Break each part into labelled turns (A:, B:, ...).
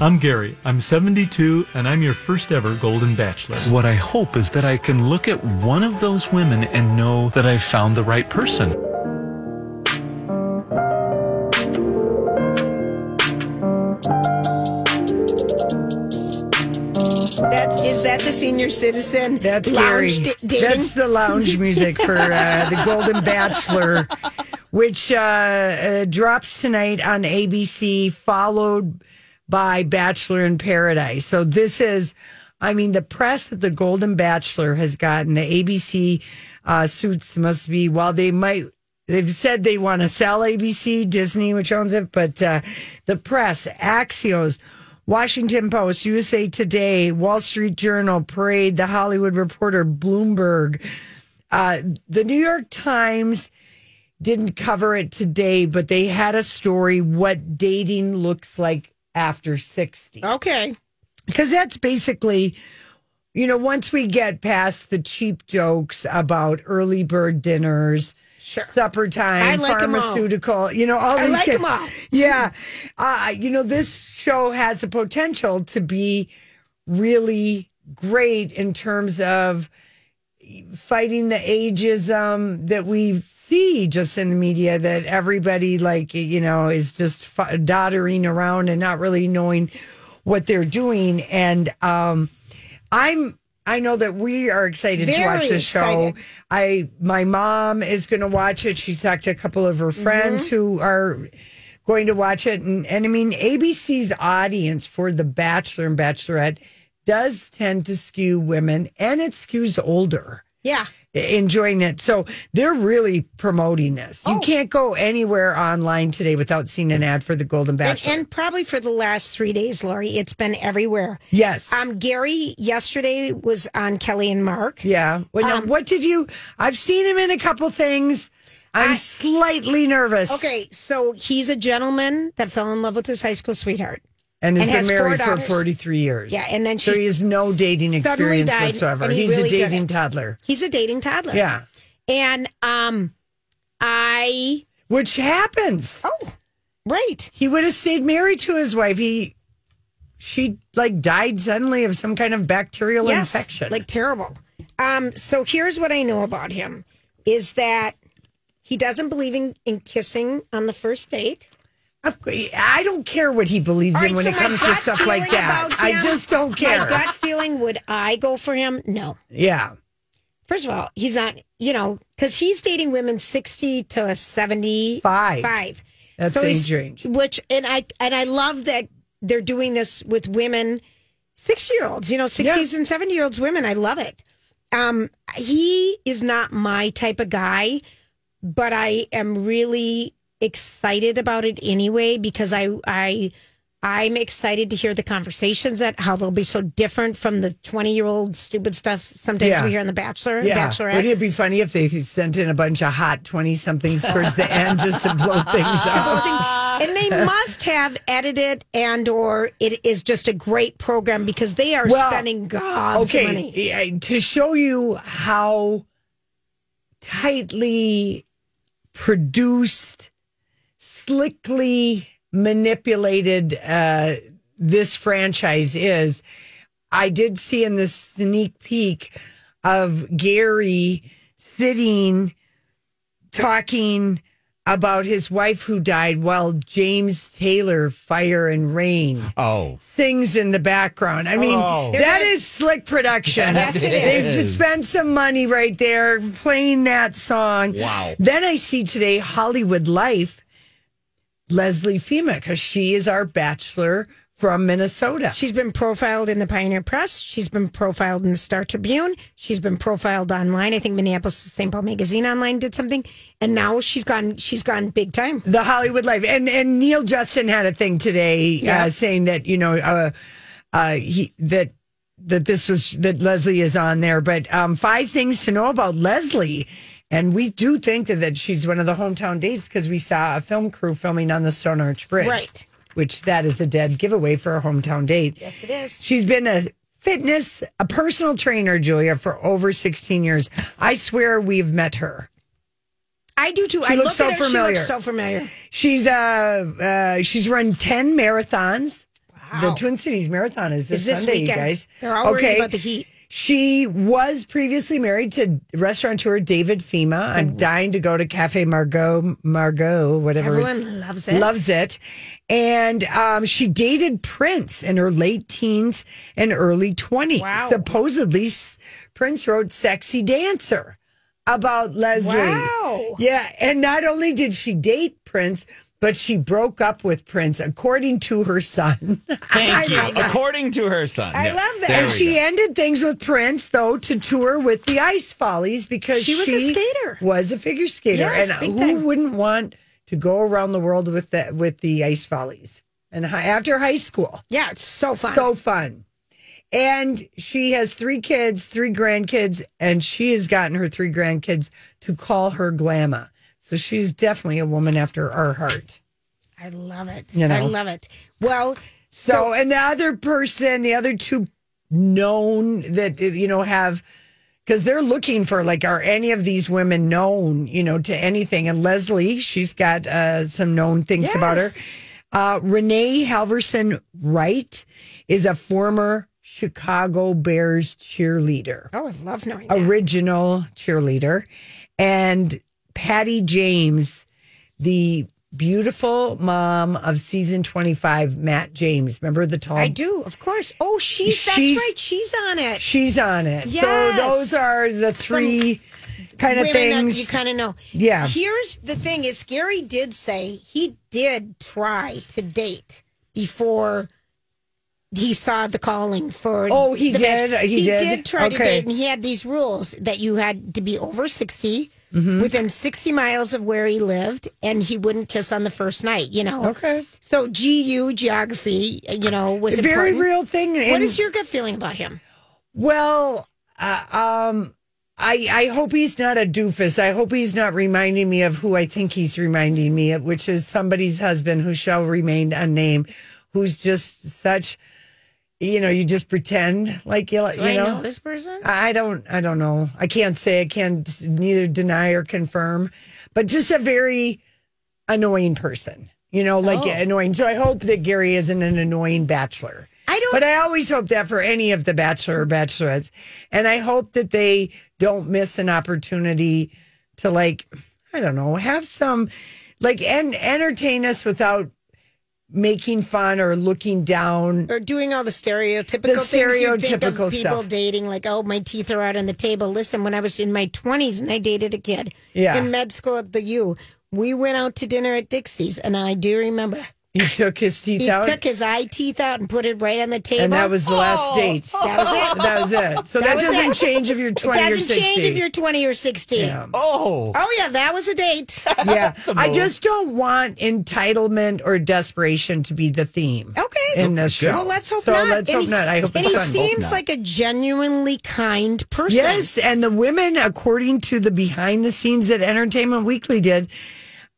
A: I'm Gary. I'm 72 and I'm your first ever Golden Bachelor. What I hope is that I can look at one of those women and know that I've found the right person.
B: That is that the senior citizen?
C: That's
B: lounge
C: Gary.
B: d- dating?
C: That's the lounge music for uh, the Golden Bachelor, which uh, uh, drops tonight on ABC, followed by Bachelor in Paradise. So this is, I mean, the press that the Golden Bachelor has gotten. The ABC uh, suits must be while they might. They've said they want to sell ABC, Disney, which owns it, but uh, the press, Axios, Washington Post, USA Today, Wall Street Journal, Parade, The Hollywood Reporter, Bloomberg. Uh, the New York Times didn't cover it today, but they had a story what dating looks like after 60.
B: okay.
C: Because that's basically, you know, once we get past the cheap jokes about early bird dinners,
B: Sure.
C: supper
B: I
C: time,
B: like 'em all.
C: pharmaceutical, you know, all
B: I
C: these
B: like
C: ki-
B: them all.
C: yeah. Uh, you know, this show has the potential to be really great in terms of fighting the ageism that we see just in the media that everybody, like, you know, is just f- doddering around and not really knowing what they're doing. And um, I'm. I know that we are excited to
B: Very
C: watch this show.
B: excited.
C: I my mom is going to watch it. She's talked to a couple of her friends
B: Mm-hmm.
C: who are going to watch it. And, and I mean, ABC's audience for The Bachelor and Bachelorette does tend to skew women and it skews older
B: Yeah.
C: enjoying it. So they're really promoting this.
B: Oh.
C: You can't go anywhere online today without seeing an ad for The Golden
B: And,
C: Bachelor.
B: and probably for the last three days, Lori, it's been everywhere.
C: yes.
B: Um, Gary yesterday was on Kelly and Mark.
C: yeah. Well,
B: um,
C: now, what did you? I've seen him in a couple things. I'm slightly nervous.
B: Okay, so he's a gentleman that fell in love with his high school sweetheart.
C: And has
B: and
C: been
B: has four
C: married for
B: daughters.
C: 43 years.
B: Yeah, and then
C: So
B: she
C: he has no dating
B: suddenly
C: experience
B: died,
C: whatsoever.
B: and he
C: He's
B: really
C: a
B: did
C: dating
B: it.
C: toddler.
B: He's a dating toddler.
C: Yeah.
B: and um, I
C: Which happens.
B: oh, right.
C: He would have stayed married to his wife. He she like died suddenly of some kind of bacterial
B: yes,
C: infection.
B: like terrible. Um, so here's what I know about him is that he doesn't believe in, in kissing on the first date.
C: Of course, I don't care what he believes
B: All right,
C: in when
B: so
C: it
B: my
C: comes to
B: gut
C: stuff like
B: feeling
C: that.
B: about
C: I
B: him-
C: just don't care.
B: My gut feeling, would I go for him? No.
C: yeah.
B: First of all, he's not, you know, because he's dating women 60 to 75.
C: Five. That's
B: So he's-
C: age range.
B: Which, and I, and I love that they're doing this with women, 60 year olds, you know, 60s and 70 year olds women. I love it. Um, he is not my type of guy, but I am really excited about it anyway because I, I, I'm excited to hear the conversations that how they'll be so different from the 20 year old stupid stuff sometimes
C: Yeah.
B: we hear on The Bachelor,
C: Yeah.
B: Bachelorette.
C: Wouldn't it be funny if they sent in a bunch of hot 20 somethings towards the end just to blow things up?
B: and they must have edited and or it is just a great program because they are
C: Well,
B: spending God's
C: Okay.
B: money.
C: yeah, To show you how tightly produced, slickly manipulated uh, this franchise is, I did see in this sneak peek of Gary sitting talking about his wife who died while James Taylor Fire and Rain
D: Oh.
C: sings in the background. I mean,
D: Oh.
C: that is slick production.
B: Yes, it
C: They
D: is.
C: spent some money right there playing that song.
D: Wow.
C: Then I see today Hollywood Life, Leslie Fema, because she is our bachelor from Minnesota.
B: She's been profiled in the Pioneer Press. She's been profiled in the Star Tribune. She's been profiled online. I think Minneapolis St. Paul Magazine online did something, and now she's gone. She's gone big time.
C: The Hollywood Life, and and Neil Justin had a thing today
B: Yeah.
C: uh, saying that you know uh, uh, he that that this was that Leslie is on there, but um, five things to know about Leslie. And we do think that, that she's one of the hometown dates because we saw a film crew filming on the Stone Arch Bridge.
B: Right.
C: Which that is a dead giveaway for a hometown date.
B: Yes, it is.
C: She's been a fitness, a personal trainer, Julia, for over 16 years. I swear we've met her.
B: I do too.
C: She
B: I
C: looks
B: look at her,
C: so
B: She
C: familiar.
B: looks so familiar.
C: She's uh, uh she's run 10 marathons. The Twin Cities Marathon is this,
B: Is this
C: Sunday, you
B: weekend.
C: guys.
B: They're all worried about the heat.
C: She was previously married to restaurateur David Fema. I'm dying to go to Cafe Margot, Margot, whatever. it's-
B: Everyone loves it.
C: Loves it. And um, she dated Prince in her late teens and early 20s.
B: Wow.
C: Supposedly, s- Prince wrote Sexy Dancer about Leslie.
B: Wow.
C: Yeah. And not only did she date Prince, but she broke up with Prince, according to her son.
D: Thank you.
B: love that.
D: According to her son.
C: I
D: Yes,
C: love that.
D: there
C: And
D: we
C: she
D: go.
C: ended things with Prince, though, to tour with the Ice Follies because
B: She was a skater.
C: Was a figure skater.
B: Yes,
C: and
B: big
C: who
B: time.
C: wouldn't want to go around the world with the, with the Ice Follies? And hi, after high school,
B: Yeah, it's so fun.
C: so fun. And she has three kids, three grandkids, and she has gotten her three grandkids to call her Glamma. So she's definitely a woman after our heart.
B: I love it.
C: You know.
B: I love it. Well,
C: So, and the other person, the other two known that, you know, have, because they're looking for like, are any of these women known, you know, to anything? And Leslie, she's got uh, some known things about her.
B: Yes.
C: Uh, Renee Halverson Wright is a former Chicago Bears cheerleader
B: oh, I love knowing that.
C: original cheerleader, and Patty James, the beautiful mom of season 25, Matt James. Remember the tall?
B: I do, of course. Oh, she's that's
C: She's-
B: right. She's on it.
C: She's on it.
B: Yes.
C: So those are the three kind of
B: Women that
C: things.
B: you kind of know.
C: Yeah.
B: Here's the thing: is Gary did say he did try to date before he saw the calling for.
C: Oh, he
B: the
C: did? He
B: did
C: did?
B: try to
C: Okay.
B: date, and he had these rules that you had to be over 60
C: Mm-hmm.
B: within sixty miles of where he lived, and he wouldn't kiss on the first night. You know.
C: okay.
B: So GU geography, you know, was
C: It's a very
B: important.
C: real thing.
B: What
C: and-
B: is your gut feeling about him?
C: Well, uh, um, I I hope he's not a doofus. I hope he's not reminding me of who I think he's reminding me of, which is somebody's husband who shall remain unnamed, who's just such, you know, you just pretend like you,
B: Do
C: you
B: I
C: know.
B: know this person?
C: I I don't. I don't know. I can't say. I can't neither deny or confirm, but just a very annoying person. You know, like
B: Oh.
C: annoying. So I hope that Gary isn't an annoying bachelor.
B: I don't.
C: But I always hope that for any of the bachelor or bachelorettes. And I hope that they don't miss an opportunity to like, I don't know, have some like and entertain us without making fun or looking down.
B: or doing all the stereotypical
C: The
B: things you think of people
C: stereotypical stuff.
B: dating like oh my teeth are out on the table listen when i was in my 20s and i dated a kid
C: Yeah.
B: in med school at the u we went out to dinner at dixie's and i do remember
C: He took his teeth
B: he
C: out.
B: took his eye teeth out and put it right on the table
C: and that was the last date.
B: that was it
C: That was it. So that,
B: Oh. was
C: doesn't
B: it.
C: change if you're 20 or
B: doesn't
C: 60.
B: change if you're 20 or 60
D: Oh.
B: oh yeah that was a date
C: yeah. I just don't want entitlement or desperation to be the theme.
B: Okay.
C: In this show.
B: well let's hope
C: so
B: not
C: let's
B: And
C: hope
B: he-
C: not. I hope
B: and
C: it's
B: he
C: fun.
B: seems like a genuinely kind person
C: Yes, and the women, according to the behind the scenes that Entertainment Weekly did,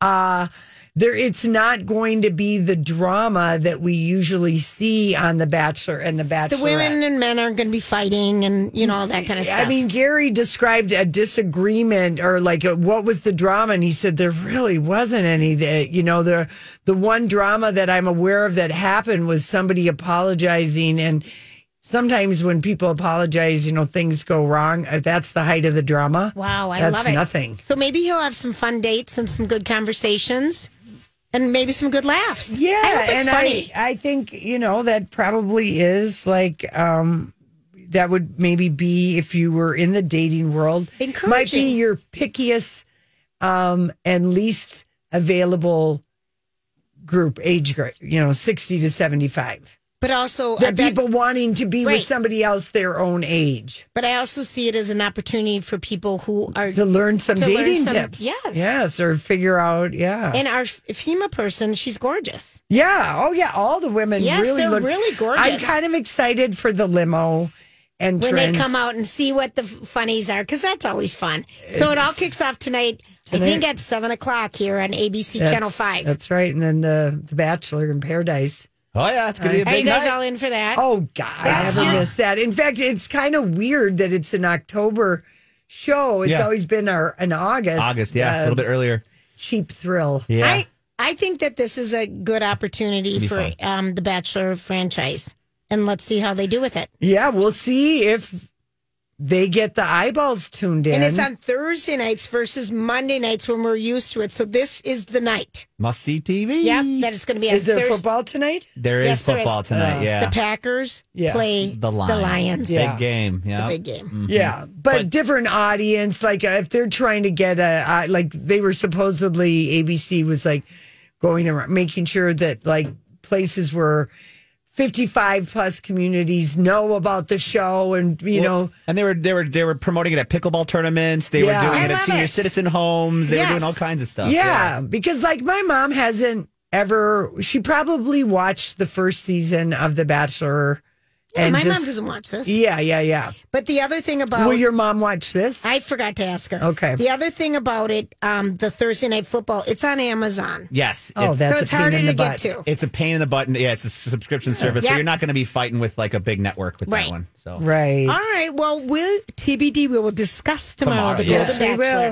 C: uh there it's not going to be the drama that we usually see on The Bachelor and The Bachelorette.
B: the women and men aren't going to be fighting and you know all that kind of stuff
C: I mean, Gary described a disagreement or like uh, what was the drama, and he said there really wasn't any. That you know, the the one drama that I'm aware of that happened was somebody apologizing, and sometimes when people apologize, you know, things go wrong. Uh, That's the height of the drama.
B: Wow, I
C: That's
B: love it.
C: nothing.
B: So maybe he'll have some fun dates and some good conversations, and maybe some good laughs.
C: Yeah,
B: I hope it's
C: and
B: funny.
C: I I think you know that probably is like um that would maybe be if you were in the dating world might
B: Encouraging.
C: be your pickiest um and least available group age group you know 60 to 75
B: But also, I
C: that
B: bet-
C: people wanting to be with
B: Right.
C: somebody else their own age
B: but I also see it as an opportunity for people who are
C: to learn some
B: To learn
C: dating
B: some-
C: tips.
B: yes.
C: Yes, or figure out, yeah.
B: and our FEMA person. She's gorgeous.
C: yeah. Oh, yeah. All the women
B: Yes,
C: really
B: they're
C: look
B: really gorgeous.
C: I'm kind of excited for the limo and
B: when
C: trends.
B: they come out and see what the f- funnies are because that's always fun. So it all kicks off tonight. I think at seven o'clock here on ABC
C: That's-
B: Channel Five.
C: That's right. And then the, the Bachelor in Paradise.
D: Oh yeah, it's gonna be a
B: Are
D: big
B: you guys
D: night.
B: all in for that?
C: Oh God, I
B: That's
C: never
B: you.
C: missed that. In fact, it's kind of weird that it's an October show. It's
D: Yeah.
C: always been our an August. uh,
D: August, yeah, a little bit earlier.
C: Cheap thrill.
D: Yeah,
B: I I think that this is a good opportunity
D: be
B: for
D: fun.
B: um, the Bachelor franchise, and let's see how they do with it.
C: Yeah, we'll see if they get the eyeballs tuned in.
B: And it's on Thursday nights versus Monday nights when we're used to it. So this is the night.
D: must see TV.
B: Yeah, that is going to be on
C: Is there
B: Thursday.
C: football tonight?
D: there is
B: Yes, there is.
D: football tonight.
C: Uh,
D: yeah,
B: The Packers
C: Yeah.
B: play
D: the Lions.
C: Yeah.
D: Big Mm. game. Yeah,
B: Big game.
C: Yeah, Mm-hmm. but, different audience. Like uh, if they're trying to get a, uh, like they were supposedly ABC was like going around making sure that like places were. 55 plus communities know about the show and you know
D: and they were they were they were promoting it at pickleball tournaments. They
C: Yeah.
D: were doing
C: I
D: it at
B: love
D: senior
B: it.
D: citizen homes. They were
B: Yes.
D: doing all kinds of stuff.
C: uh, Yeah, because like my mom hasn't ever. She probably watched the first season of The Bachelor.
B: Yeah, my
C: just-
B: mom doesn't watch this.
C: Yeah, yeah, yeah.
B: But the other thing about
C: Will your mom watch this?
B: I forgot to ask her.
C: Okay.
B: The other thing about it, um, the Thursday night football, it's on Amazon.
D: Yes.
C: oh,
D: it's,
C: that's
B: so it's
C: a pain
B: harder
C: in
B: to
C: the
B: get
C: butt.
B: to.
D: it's a pain in the butt. and- Yeah, it's a s- subscription service, so
B: Yeah.
D: you're not going to be fighting with like a big network with
B: Right.
D: that one. So
C: Right.
B: All right. Well, we'll TBD. We will discuss tomorrow,
D: Tomorrow,
B: the
D: yes.
B: Golden
C: Yes, we
B: Bachelor.
C: will.